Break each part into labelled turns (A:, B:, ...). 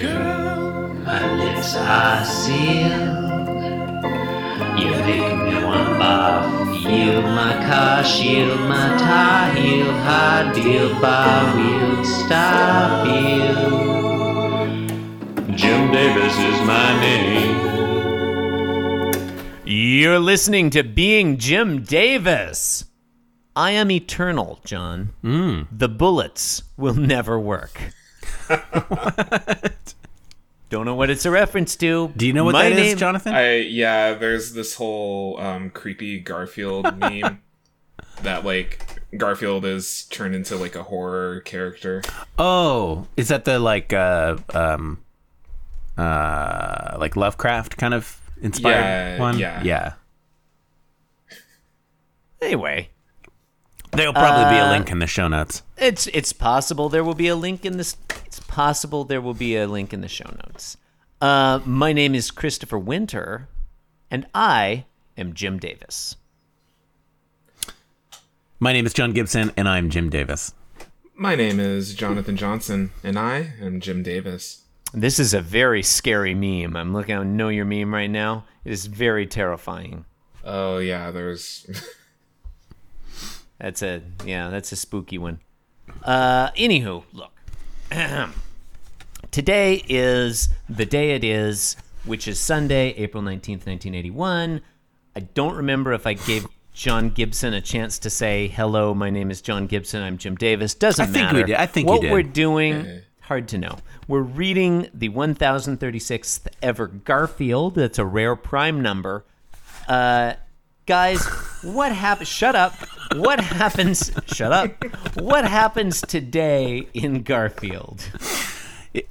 A: Girl, my lips are sealed. You make me want bath. Yield my car, shield my tie, heel, high deal, bar wheel, stop heel. Jim Davis is my name.
B: You're listening to Being Jim Davis. I am eternal, John.
C: Hmm.
B: The bullets will never work. Don't know what it's a reference to.
C: Do you know what
B: My
C: that is,
B: name-
C: Jonathan?
D: I yeah, there's this whole um, creepy Garfield meme that like Garfield is turned into like a horror character.
C: oh, is that the like uh um uh like Lovecraft kind of inspired
D: Yeah,
C: one?
D: yeah.
C: yeah.
B: Anyway,
C: There'll probably be a
B: Uh,
C: link in the show notes.
B: It's it's possible there will be a link in this. It's possible there will be a link in the show notes. Uh, my name is Christopher Winter, and I am Jim Davis.
C: My name is John Gibson, and I'm Jim Davis.
D: My name is Jonathan Johnson, and I am Jim Davis.
B: This is a very scary meme. I'm looking at Know Your Meme right now. It is very terrifying.
D: Oh yeah, there's
B: That's a yeah, that's a spooky one. Uh anywho, look. Today is the day it is, which is Sunday, April 19th, 1981. I don't remember if I gave John Gibson a chance to say hello, my name is John Gibson, I'm Jim Davis. Doesn't
C: I think
B: matter.
C: we did. I think you
B: what
C: did.
B: we're doing hard to know. We're reading the 1036th ever Garfield. That's a rare prime number Uh, guys what happens shut up what happens shut up what happens today in garfield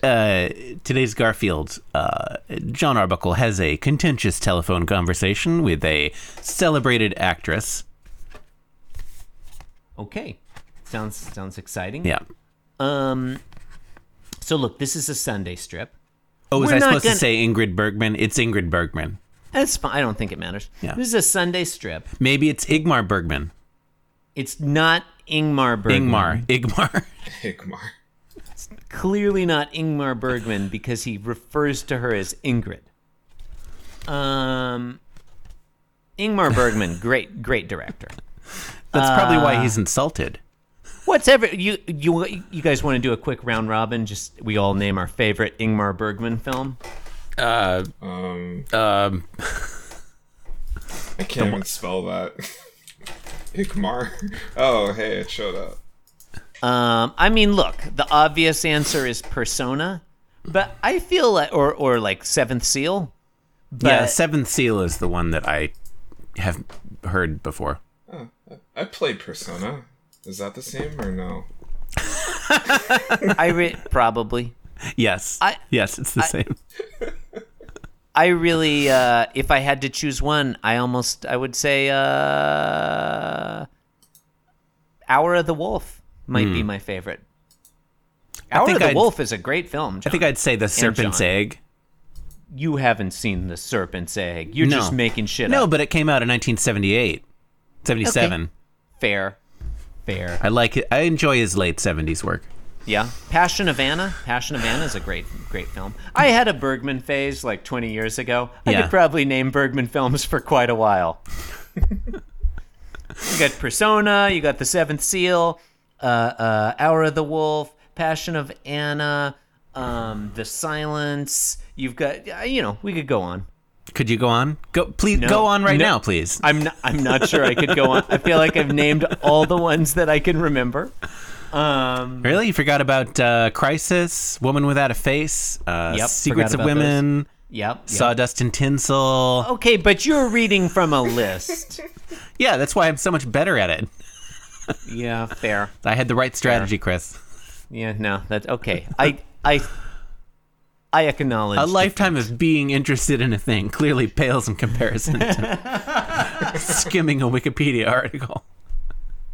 C: Uh, today's Garfield, uh, John Arbuckle has a contentious telephone conversation with a celebrated actress.
B: okay sounds sounds exciting
C: Yeah.
B: um so look this is a sunday strip
C: Oh, was
B: We're
C: I
B: not
C: supposed
B: gonna-
C: to say Ingrid Bergman? It's Ingrid Bergman.
B: that's fine i don't think it matters
C: Yeah.
B: this is a sunday strip
C: Maybe it's Igmar Bergman.
B: it's not ingmar bergman
C: Ingmar. Igmar.
D: Hickmar.
B: clearly not ingmar bergman because he refers to her as ingrid um ingmar bergman great great director
C: That's probably
B: Uh,
C: why he's insulted.
B: What's ever you you you guys want to do a quick round robin? Just we all name our favorite Ingmar Bergman film.
D: Um,
C: Um,
D: I can't even spell that. Hickmar. Oh hey, it showed up.
B: Um, I mean, look, the obvious answer is Persona, but I feel like or or like Seventh Seal. But
C: yeah, Seventh Seal is the one that I have heard before.
D: I played Persona. Is that the same or no?
B: I re- probably
C: Yes.
B: I-
C: yes, it's the same.
B: I really uh, if I had to choose one, I almost I would say uh, Hour of the Wolf might be my favorite. Hour
C: think
B: of the
C: I'd-
B: Wolf is a great film.
C: I think I'd say The Serpent's
B: John.
C: Egg.
B: you haven't seen the serpent's egg. You're
C: No.
B: just making shit
C: No,
B: up.
C: but it came out in 1978, 77.
B: Fair. Fair.
C: I like it. I enjoy his late 70s work.
B: Yeah. Passion of Anna. Passion of Anna is a great, great film. I had a Bergman phase like 20 years ago. I
C: Yeah.
B: could probably name Bergman films for quite a while. you got Persona, you got The Seventh Seal, uh, uh, Hour of the Wolf, Passion of Anna, um, The Silence. You've got, uh, you know, we could go on.
C: Could you go on? Go please go on right
B: No.
C: now, please.
B: I'm not, I'm not sure I could go on. I feel like I've named all the ones that I can remember. Um,
C: Really? You forgot about uh, Crisis, Woman Without a Face, uh,
B: Yep,
C: Secrets
B: forgot
C: of
B: about
C: Women,
B: yep. yep.
C: Sawdust and Tinsel.
B: okay, but you're reading from a list.
C: Yeah, that's why I'm so much better at it.
B: yeah, fair.
C: I had the right strategy, Chris.
B: Yeah, no, that's okay. I I I acknowledge.
C: A lifetime of being interested in a thing clearly pales in comparison to skimming a Wikipedia article.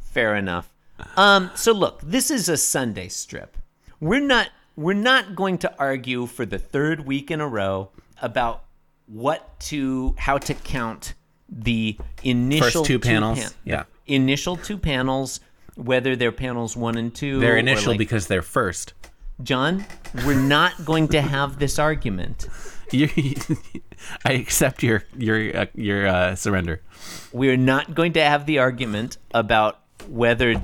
B: Fair enough. Um, so look, this is a Sunday strip. We're not we're not going to argue for the third week in a row about what to how to count the initial
C: First two panels.
B: pan-
C: yeah.
B: initial two panels, whether they're panels one and two.
C: They're
B: or
C: initial
B: like-
C: because they're first.
B: John, we're not going to have this argument.
C: You, I accept your your uh, your uh, surrender.
B: We're not going to have the argument about whether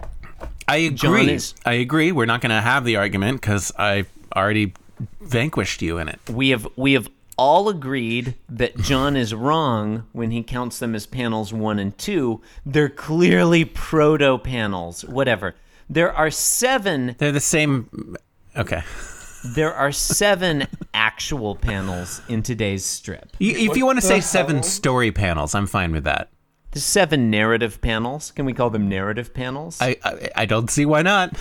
C: I agree.
B: is-
C: I agree. We're not going to have the argument because I already vanquished you in it.
B: we have we have all agreed that John is wrong when he counts them as panels 1 and 2. They're clearly proto panels, whatever. There are 7
C: They're the same. Okay.
B: there are 7 actual panels in today's strip.
C: You, if you
D: What
C: want to
D: the
C: say seven
D: hell?
C: story panels, I'm fine with that.
B: There's 7 narrative panels. Can we call them narrative panels?
C: I I, I don't see why not.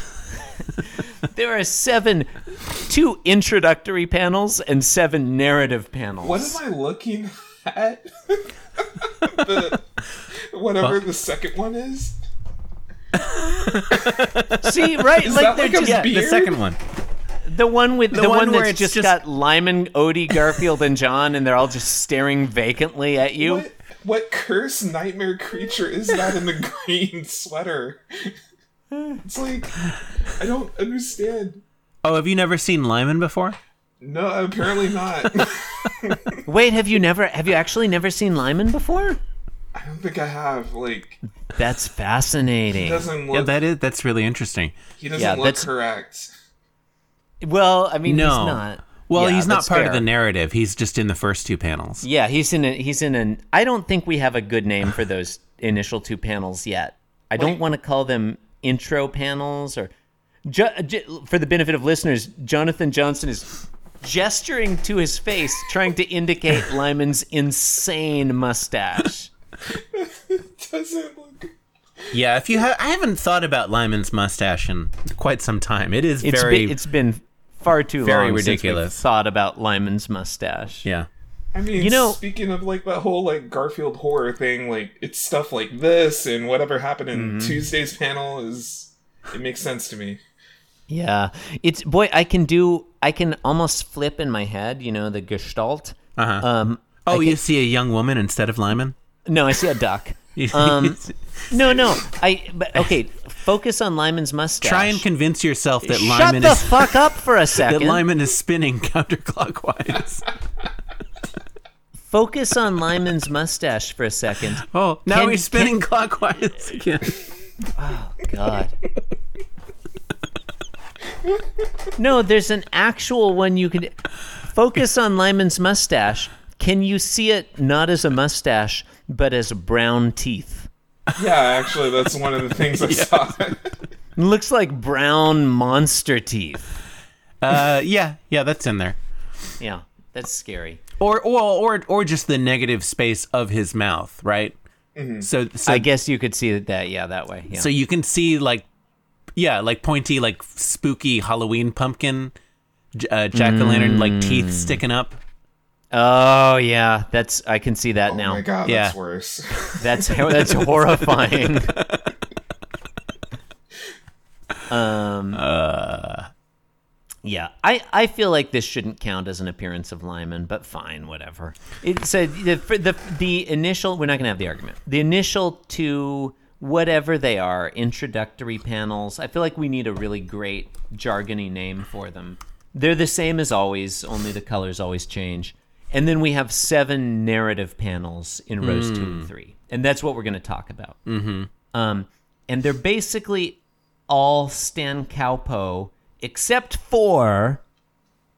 B: There are seven, two introductory panels and seven narrative panels.
D: What am I looking at? the, whatever the second one is.
B: See, right? like
D: that
B: they're
D: like a
B: just
D: beer?
C: The second one.
B: the one with the, one,
C: one where
B: that's
C: it's
B: just,
C: just-
B: got Lyman, Odie, Garfield, and John, and they're all just staring vacantly at you.
D: What, what cursed nightmare creature is that in the green sweater? It's like I don't understand.
C: Oh, have you never seen Lyman before?
D: No, apparently not.
B: Wait, have you never? Have you actually never seen Lyman before?
D: I don't think I have. Like
B: That's fascinating.
D: he doesn't
C: Yeah,
D: look.
C: that is that's really interesting.
D: he doesn't
B: yeah,
D: look
B: that's-
D: correct.
B: well, I mean,
C: No.
B: he's not.
C: Well,
B: Yeah,
C: he's not
B: that's
C: part of
B: fair.
C: the narrative. He's just in the first two panels.
B: Yeah, he's in. A, he's in an. I don't think we have a good name for those initial two panels yet. I don't want to call them intro panels or. Ju- ju- for the benefit of listeners, Jonathan Johnson is gesturing to his face, trying to indicate Lyman's insane mustache.
D: Doesn't look.
C: Yeah, if you have, I haven't thought about Lyman's mustache in quite some time. It is
B: It's
C: very
B: been, it's been far too
C: very
B: long
C: ridiculous.
B: since we thought about Lyman's mustache.
C: yeah.
D: I mean,
B: You know-
D: speaking of like that whole like Garfield horror thing, like it's stuff like this and whatever happened in
B: Mm-hmm.
D: Tuesday's panel is it makes sense to me.
B: Yeah, it's boy. I can do. I can almost flip in my head. You know the Gestalt.
C: Uh-huh.
B: Um,
C: oh, you see a young woman instead of Lyman.
B: no, I see a duck. Um, No, no. I but okay. Focus on Lyman's mustache.
C: Try and convince yourself that
B: shut
C: Lyman
B: the
C: is
B: fuck up for a second.
C: that Lyman is spinning counterclockwise.
B: Focus on Lyman's mustache for a second.
C: Oh, now
B: Can-
C: he's spinning clockwise again.
B: God. No, there's an actual one you can focus on Lyman's mustache. Can you see it not as a mustache but as brown teeth?
D: Yeah, actually, that's one of the things I saw.
B: It looks like brown monster teeth.
C: Uh, yeah, yeah, that's in there.
B: Yeah, that's scary.
C: Or or or or just the negative space of his mouth, right? So so
B: I guess you could see it that yeah that way. Yeah.
C: so you can see like yeah, like pointy, like spooky Halloween pumpkin, j- uh, jack o' lantern, like teeth sticking up.
B: oh yeah, that's I can see that
D: Oh
B: now.
D: my god,
C: Yeah.
D: that's worse.
B: That's that's horrifying. um. Yeah, I, I feel like this shouldn't count as an appearance of Lyman, but fine, whatever. It's a, the for the the initial. We're not gonna have the argument. The initial two, whatever they are, introductory panels. I feel like we need a really great jargony name for them. They're the same as always, only the colors always change. And then we have seven narrative panels in rows two and three, and that's what we're gonna talk about. Um, and they're basically all Stan Cowpo except for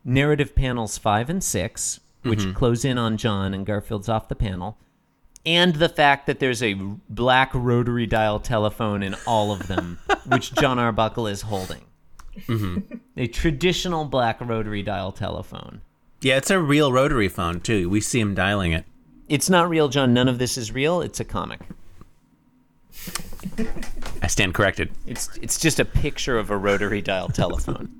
B: narrative panels five and six, which close in on John and Garfield's off the panel, and the fact that there's a black rotary dial telephone in all of them, which John Arbuckle is holding. A traditional black rotary dial telephone.
C: Yeah, it's a real rotary phone too. We see him dialing it.
B: It's not real, John. None of this is real. It's a comic.
C: I stand corrected.
B: It's it's just a picture of a rotary dial telephone.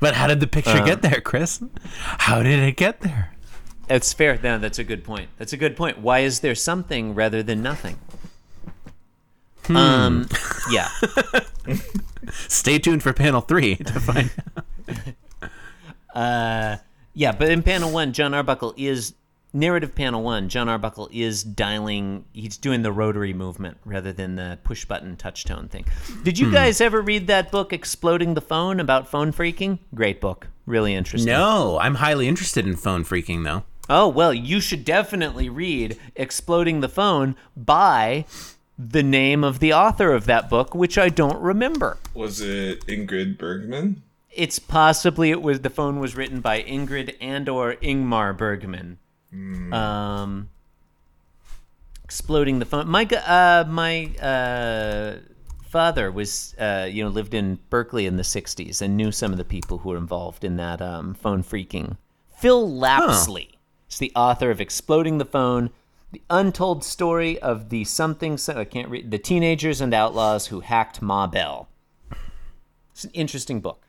C: But how did the picture get there, Chris? How did it get there?
B: That's fair. No, that's a good point. That's a good point. Why is there something rather than nothing? Um, yeah.
C: Stay tuned for panel three to find.
B: Yeah, but in panel one, John Arbuckle is narrative panel one, John Arbuckle is dialing. He's doing the rotary movement rather than the push button touch tone thing. Did you guys ever read that book, Exploding the Phone, about phone freaking? Great book. Really interesting.
C: No, I'm highly interested in phone freaking though.
B: Oh, well, you should definitely read Exploding the Phone by the name of the author of that book, which I don't remember.
D: Was it Ingrid Bergman?
B: It's possibly it was the phone was written by Ingrid and or Ingmar Bergman. Um, exploding the phone. My g- uh, my uh, father was uh, you know lived in Berkeley in the '60s and knew some of the people who were involved in that um, phone freaking. Phil Lapsley is the author of Exploding the Phone, the untold story of the something so I can't read the teenagers and outlaws who hacked Ma Bell. It's an interesting book.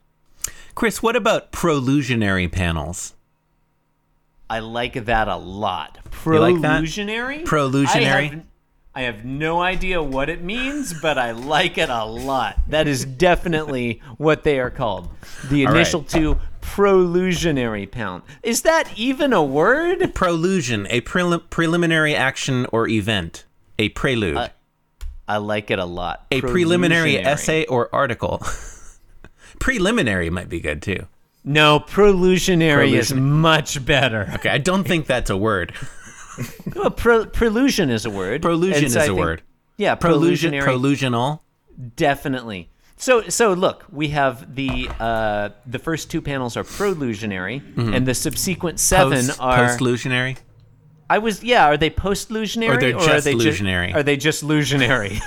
C: Chris, what about prolusionary panels?
B: I like that a lot.
C: like that?
B: Prolusionary? I have,
C: Prolusionary?
B: I have no idea what it means, but I like it a lot. That is definitely what they are called. The
C: right.
B: initial two prolusionary pound. Is that even a word?
C: Prolusion, a prelim- preliminary action or event, a prelude,
B: I like it a lot.
C: a preliminary
B: Prolusionary.
C: essay or article. preliminary might be good too.
B: No, prolusionary is
C: Prolusionary.
B: much better.
C: Okay, I don't think that's a word.
B: Well, pre- prelusion is a word.
C: Prolusion
B: and so
C: is
B: I
C: a
B: think-
C: word.
B: Yeah,
C: Prolusion,
B: prolusionary
C: prolusional.
B: Definitely. So so look, we have the uh, the first two panels are prolusionary, and the subsequent seven
C: Post,
B: are.
C: postlusionary.
B: I was yeah. Are they postlusionary
C: Or they're
B: are
C: just
B: they ju-
C: lusionary.
B: are they just lusionary?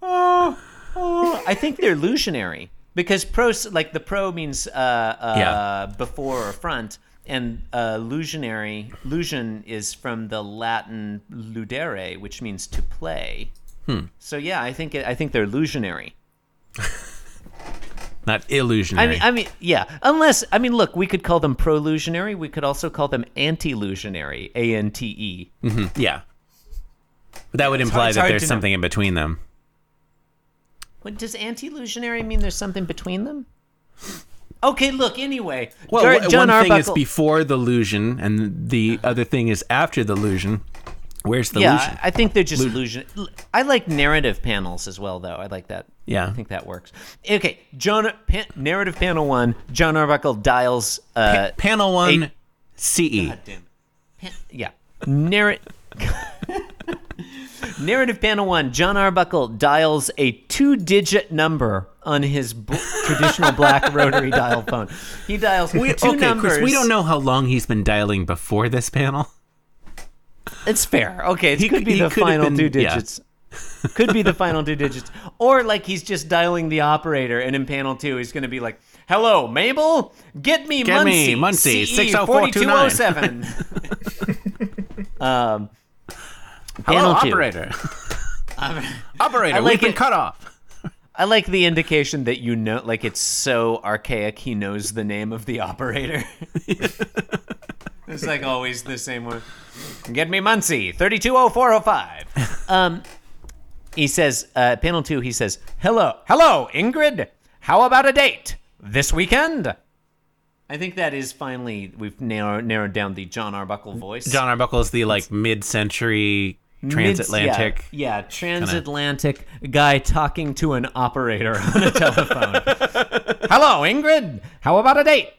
B: oh, oh, I think they're lusionary because pro like the pro means uh, uh,
C: Yeah.
B: before or front. And uh, lusionary, lusion is from the Latin ludere, which means to play.
C: Hmm.
B: So yeah, I think I think they're lusionary.
C: Not illusionary.
B: I mean, I mean, yeah. Unless, I mean, look, we could call them prolusionary. We could also call them anti-lusionary, A N T E.
C: yeah. But that would imply
B: it's
C: that
B: hard
C: there's
B: to know.
C: something in between them.
B: What does anti-lusionary mean? There's something between them. Okay, look. Anyway,
C: Well,
B: Gar-
C: wh-
B: John
C: one
B: Arbuckle.
C: thing is before the illusion, and the other thing is after the illusion. Where's the
B: yeah,
C: illusion?
B: I I think they're just illusion. I like narrative panels as well, though. I like that.
C: Yeah.
B: I think that works. Okay, John pa- narrative panel one. John Arbuckle dials. Uh,
C: Panel one, E.
B: eight-
C: CE.
B: yeah. Narr- Narrative panel one. John Arbuckle dials a two-digit number on his b- traditional black rotary dial phone. He dials
C: We,
B: two
C: okay,
B: numbers.
C: Chris, we don't know how long he's been dialing before this panel.
B: It's fair. Okay, it could be
C: he
B: the
C: could have
B: final
C: been-
B: two
C: yeah.
B: digits. could be the final two digits, or like he's just dialing the operator, and in panel two, he's going to be like, "Hello, Mabel, get me
C: Get
B: Muncie, E
C: me Muncie,
B: CE
C: 60429."
B: 4207." um, panel
C: Hello,
B: two.
C: Oh, operator. operator,
B: I
C: we've
B: like
C: been
B: it.
C: cut off.
B: I like the indication that you know, like it's so archaic, he knows the name of the operator. it's like always the same one. Get me Muncie, 320405. Um, he says, uh, panel two, he says, hello, hello, Ingrid. How about a date this weekend? I think that is finally, we've narrowed, narrowed down the John Arbuckle voice.
C: John Arbuckle's the like mid-century transatlantic.
B: Mids- yeah, yeah, transatlantic guy talking to an operator on a telephone. Hello, Ingrid. How about a date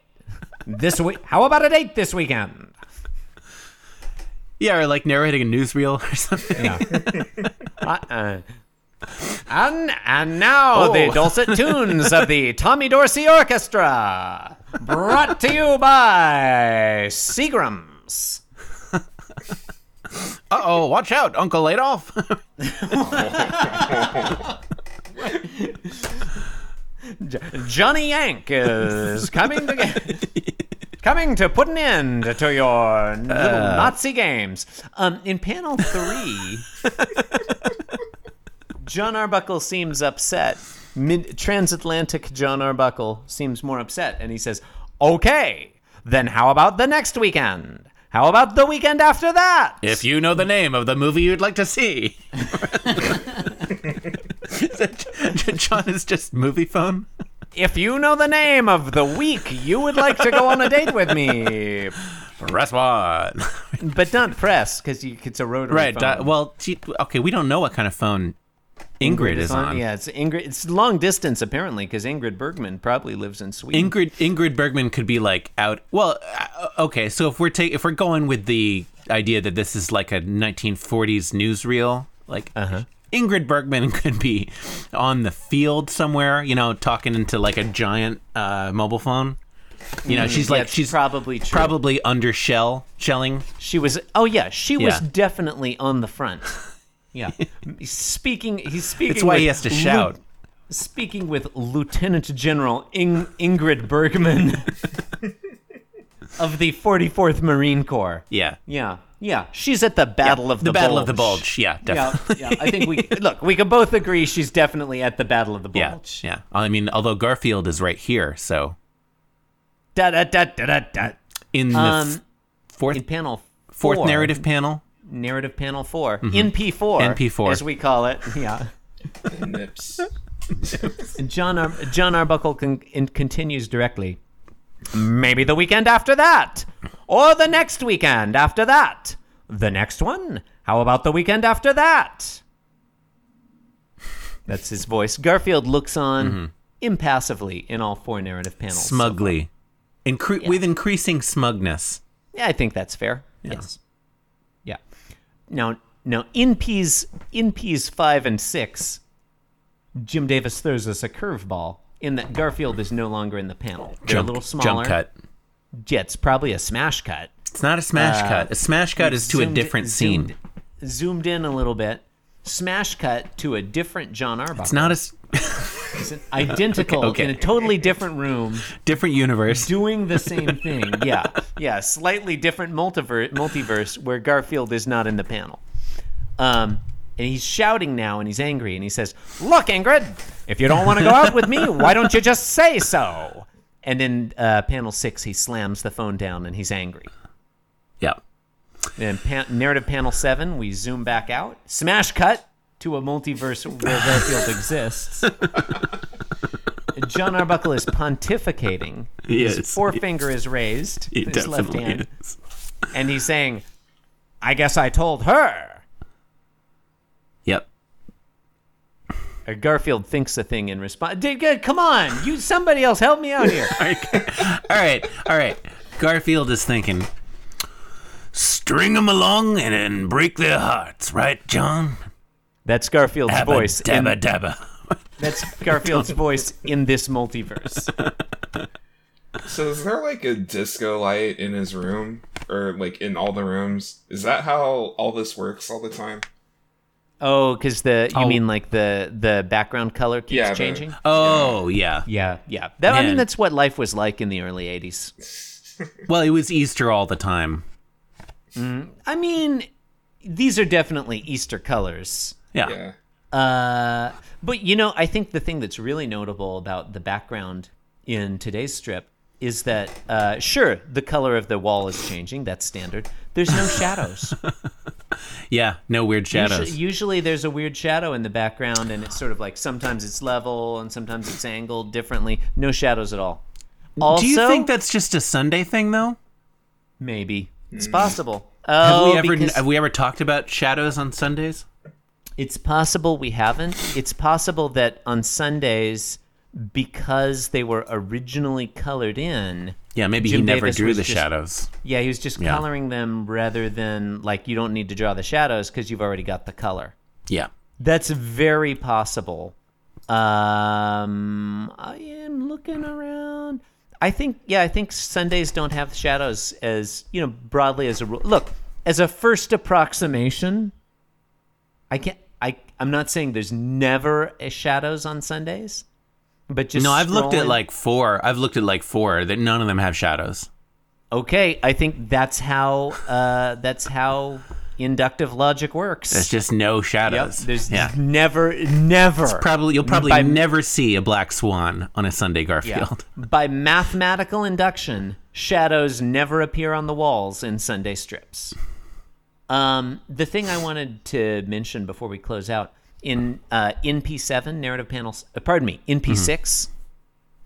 B: this week? How about a date this weekend?
C: yeah. or like narrating a newsreel or something.
B: Uh, uh, and and now the
C: Oh.
B: dulcet tunes of the Tommy Dorsey Orchestra, brought to you by Seagrams.
C: Uh oh, watch out, Uncle Adolf.
B: Johnny Yank is coming to coming to put an end to your little
C: Uh.
B: Nazi games. Um, in panel three, John Arbuckle seems upset. Mid transatlantic John Arbuckle seems more upset, and he says, "Okay, then how about the next weekend? How about the weekend after that?"
C: if you know the name of the movie you'd like to see. John is just movie phone.
B: If you know the name of the week you would like to go on a date with me,
C: Press one.
B: but don't press because it's a rotary
C: right.
B: phone.
C: di- well, she, okay. We don't know what kind of phone Ingrid, is on.
B: Yeah, it's Ingrid. It's long distance apparently because Ingrid Bergman probably lives in Sweden.
C: Ingrid Ingrid Bergman could be like out. Well, uh, okay. So if we're ta- if we're going with the idea that this is like a 1940s newsreel, like
B: Uh-huh.
C: Ingrid Bergman could be on the field somewhere, you know, talking into like a giant uh, mobile phone. You know, she's like
B: That's
C: she's
B: probably true.
C: probably under shell shelling.
B: She was. Oh yeah, she was
C: Yeah.
B: definitely on the front.
C: Yeah,
B: He's speaking. He's speaking.
C: that's why he
B: with
C: has to
B: Lu-
C: shout.
B: speaking with Lieutenant General Ing- Ingrid Bergman of the 44th Marine Corps.
C: Yeah,
B: Yeah, yeah. She's at the Battle of the,
C: the Battle
B: Bulge.
C: of the Bulge. Yeah,
B: Yeah,
C: definitely.
B: yeah. I think we look. We can both agree she's definitely at the Battle of the
C: Yeah,
B: Bulge.
C: yeah. I mean, although Garfield is right here, so
B: Da da da da da da.
C: in the
B: Um,
C: f- fourth
B: in panel four,
C: fourth narrative Mm-hmm. panel.
B: narrative panel 4 NP4,
C: NP4.
B: as we call it. Yeah.
D: Nips.
B: And John Ar- John Arbuckle con- in- continues directly. Maybe the weekend after that, or the next weekend after that, the next one. How about the weekend after that? That's his voice. Garfield looks on
C: Mm-hmm.
B: impassively in all four narrative panels.
C: smugly, Incre- with increasing smugness.
B: Yeah, I think that's fair. Yes. Yeah. Now, now in P's in P's five and six, Jim Davis throws us a curveball in that Garfield is no longer in the panel. They're
C: Jump,
B: a little smaller.
C: jump cut.
B: Yeah, it's probably a smash cut.
C: It's not a smash cut. A smash cut is to a
B: Zoomed-
C: different
B: zoomed-
C: scene.
B: Zoomed in a little bit. Smash cut to a different John Arbuckle.
C: It's not a s-
B: identical
C: Okay, okay.
B: in a totally different room.
C: different universe.
B: doing the same thing. Yeah, yeah, slightly different multiverse, multiverse where Garfield is not in the panel. Um, and he's shouting now, and he's angry, and he says, "Look, Ingrid, if you don't want to go out with me, why don't you just say so?" And in uh, panel six, he slams the phone down, and he's angry.
C: Yeah.
B: And pan- narrative panel seven, we zoom back out, smash cut to a multiverse where Garfield exists. John Arbuckle is pontificating. His
C: Yes,
B: forefinger is raised,
C: It
B: his left
C: definitely
B: hand,
C: is.
B: and he's saying, "I guess I told her."
C: Yep.
B: Uh, Garfield thinks a thing in response. Dude, good, come on, you somebody else help me out here.
C: all right. All right. Garfield is thinking. String them along and then break their hearts, right, John?
B: That's Garfield's
C: Dabba,
B: voice. in-
C: dabba, dabba.
B: that's Garfield's voice in this multiverse.
D: So is there like a disco light in his room or like in all the rooms? Is that how all this works all the time?
B: Oh, because the you
C: Oh.
B: mean like the the background color keeps
D: Yeah, the-
B: changing?
C: Oh yeah.
B: Yeah, yeah. That, I mean,
C: Man.
B: that's what life was like in the early '80s.
C: Well, it was Easter all the time.
B: I mean, these are definitely Easter colors.
C: Yeah.
D: Yeah.
B: Uh, but you know, I think the thing that's really notable about the background in today's strip is that, uh, sure, the color of the wall is changing. That's standard. There's no shadows.
C: Yeah, No weird shadows.
B: Usually, usually there's a weird shadow in the background, and it's sort of like sometimes it's level and sometimes it's angled differently. No shadows at all. Also,
C: Do you think that's just a Sunday thing, though?
B: maybe it's possible?
C: Hmm. Have
B: Oh,
C: we ever
B: because
C: have we ever talked about shadows on Sundays?
B: it's possible we haven't. It's possible that on Sundays, because they were originally colored in,
C: Yeah, maybe he
B: Jim
C: never
B: Davis
C: drew
B: was
C: the
B: just-
C: shadows.
B: Yeah, he was just
C: Yeah.
B: coloring them rather than like you don't need to draw the shadows because you've already got the color.
C: Yeah.
B: That's very possible. Um, I am looking around. I think yeah, I think Sundays don't have shadows as you know broadly as a rule. Look, as a first approximation, I can't. I I'm not saying there's never a shadows on Sundays, but just
C: no, I've looked at
B: scrolling-
C: like four. I've looked at like four that none of them have shadows.
B: Okay, I think that's how uh, that's how inductive logic works.
C: There's just no
B: yep,
C: shadows.
B: there's
C: yeah.
B: never never
C: Probably you'll probably
B: By-
C: never see a black swan on a Sunday
B: yeah.
C: Garfield.
B: by mathematical induction, shadows never appear on the walls in Sunday strips. Um, the thing I wanted to mention before we
C: Mm-hmm.
B: close out in uh, NP seven narrative panels, uh, pardon me, NP 6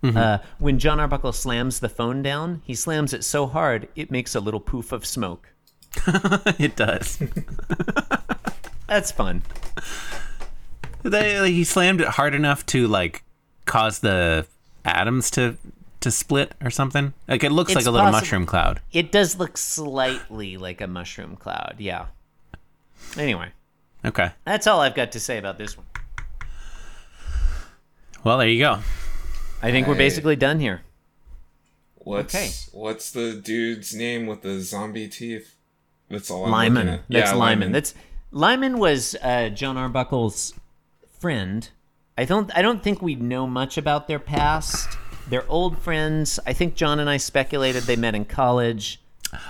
B: Uh, when John Arbuckle slams the phone down, he slams it so hard it makes a little poof of smoke.
C: it does.
B: That's fun.
C: They, like, he slammed it hard enough to like cause the atoms to to split or something. Like it looks
B: It's
C: like a little
B: possible.
C: mushroom cloud.
B: It does look slightly like a mushroom cloud. Yeah. Anyway,
C: Okay.
B: that's all I've got to say about this one.
C: Well, there you go.
B: I think we're
D: Hey.
B: basically done here.
D: What's
B: Okay.
D: what's the dude's name with the zombie teeth? That's all. I'm
B: Lyman.
D: looking at.
B: That's
D: Yeah,
B: Lyman. That's Lyman was uh, John Arbuckle's friend. I don't. I don't think we know much about their past. They're old friends. I think John and I speculated they met in college,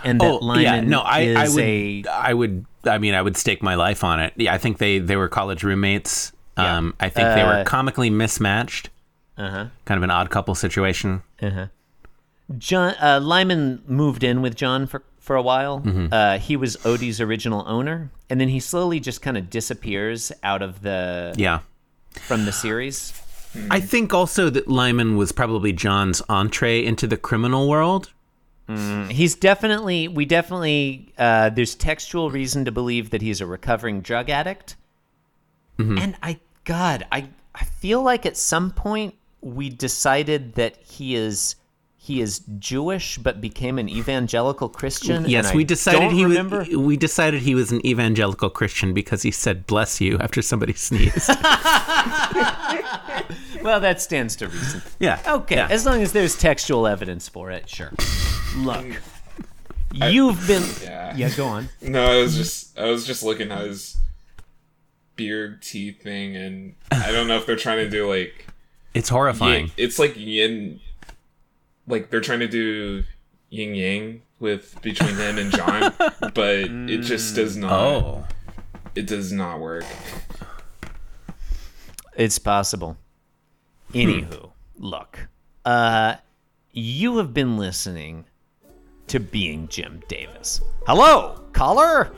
B: and that
C: Oh
B: Lyman
C: yeah, no, I,
B: is
C: I would,
B: a
C: I would, I mean, I would stake my life on it. Yeah, I think they they were college roommates.
B: Yeah.
C: Um, I think they were
B: Uh,
C: comically mismatched. Uh huh. Kind of an odd couple situation.
B: John uh, Lyman moved in with John for for a while.
C: Mm-hmm.
B: Uh, he was Odie's original owner, and then he slowly just kind of disappears out of the
C: Yeah.
B: from the series.
C: I think also that Lyman was probably John's entree into the criminal world.
B: He's definitely, we definitely, uh, there's textual reason to believe that he's a recovering drug addict.
C: Mm-hmm.
B: And I, God, I, I feel like at some point we decided that he is, he is Jewish, but became an evangelical Christian.
C: Yes,
B: and I
C: we decided
B: don't
C: he
B: remember.
C: was. We decided he was an evangelical Christian because he said "bless you" after somebody sneezed.
B: Well, that stands to reason.
C: yeah.
B: Okay,
C: Yeah.
B: as long as there's textual evidence for it, sure. Look, you've been,
D: Yeah.
B: yeah, go on.
D: No, I was just I was just looking at his beard teeth thing, and I don't know if they're trying to do like
C: It's horrifying.
D: yin, it's like yin, like they're trying to do yin yang with between him and John, but it just does not.
C: Oh.
D: It does not work.
B: It's possible. Anywho, look, uh, you have been listening to Being Jim Davis. Hello, caller.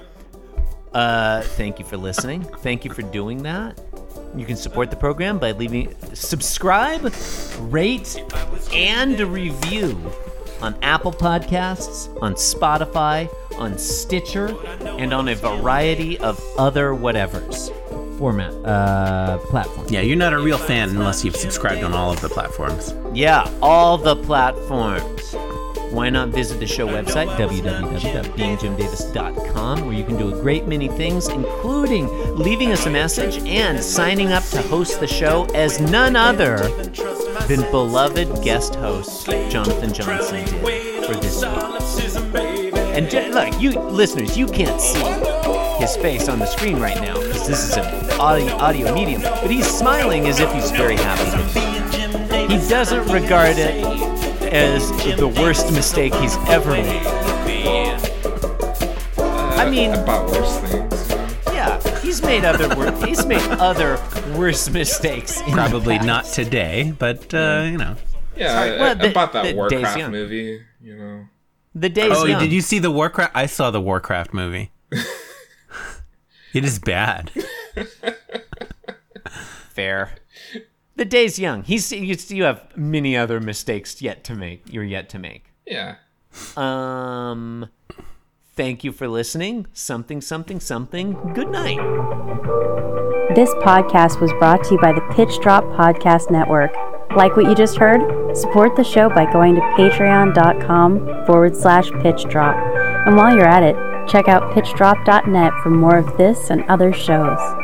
B: Uh, thank you for listening. Thank you for doing that. You can support the program by leaving subscribe, rate, and review on Apple Podcasts, on Spotify, on Stitcher, and on a variety of other whatevers format uh, platforms.
C: Yeah, you're not a real fan unless you've subscribed on all of the platforms.
B: Yeah, all the platforms. Why not visit the show website, www.beingjimdavis.com, where you can do a great many things, including leaving us a message and signing up to host the show as none other than beloved guest host Jonathan Johnson did for this week. And ju- look, you listeners, you can't see his face on the screen right now because this is an audio, audio medium, but he's smiling as if he's very happy. He doesn't regard it as the worst mistake he's ever made. I mean-
D: about worse things. you know?
B: Yeah, he's made other wor- he's made other worse mistakes. in the
C: Probably
B: past.
C: not today, but uh, you know.
D: Yeah, I,
B: Well,
D: I-
B: the-
D: about that
B: the Days
D: Warcraft
B: Young.
D: movie. You know,
B: The days.
C: Oh,
B: young.
C: did you see the Warcraft? I saw the Warcraft movie. it is bad.
B: fair? The days young. He's you, you have many other mistakes yet to make. You're yet to make.
D: yeah.
B: Um, thank you for listening. Something, something, something. Good night.
E: This podcast was brought to you by the Pitch Drop Podcast Network. Like what you just heard? Support the show by going to patreon.com forward slash pitch drop. And while you're at it, check out pitchdrop.net for more of this and other shows.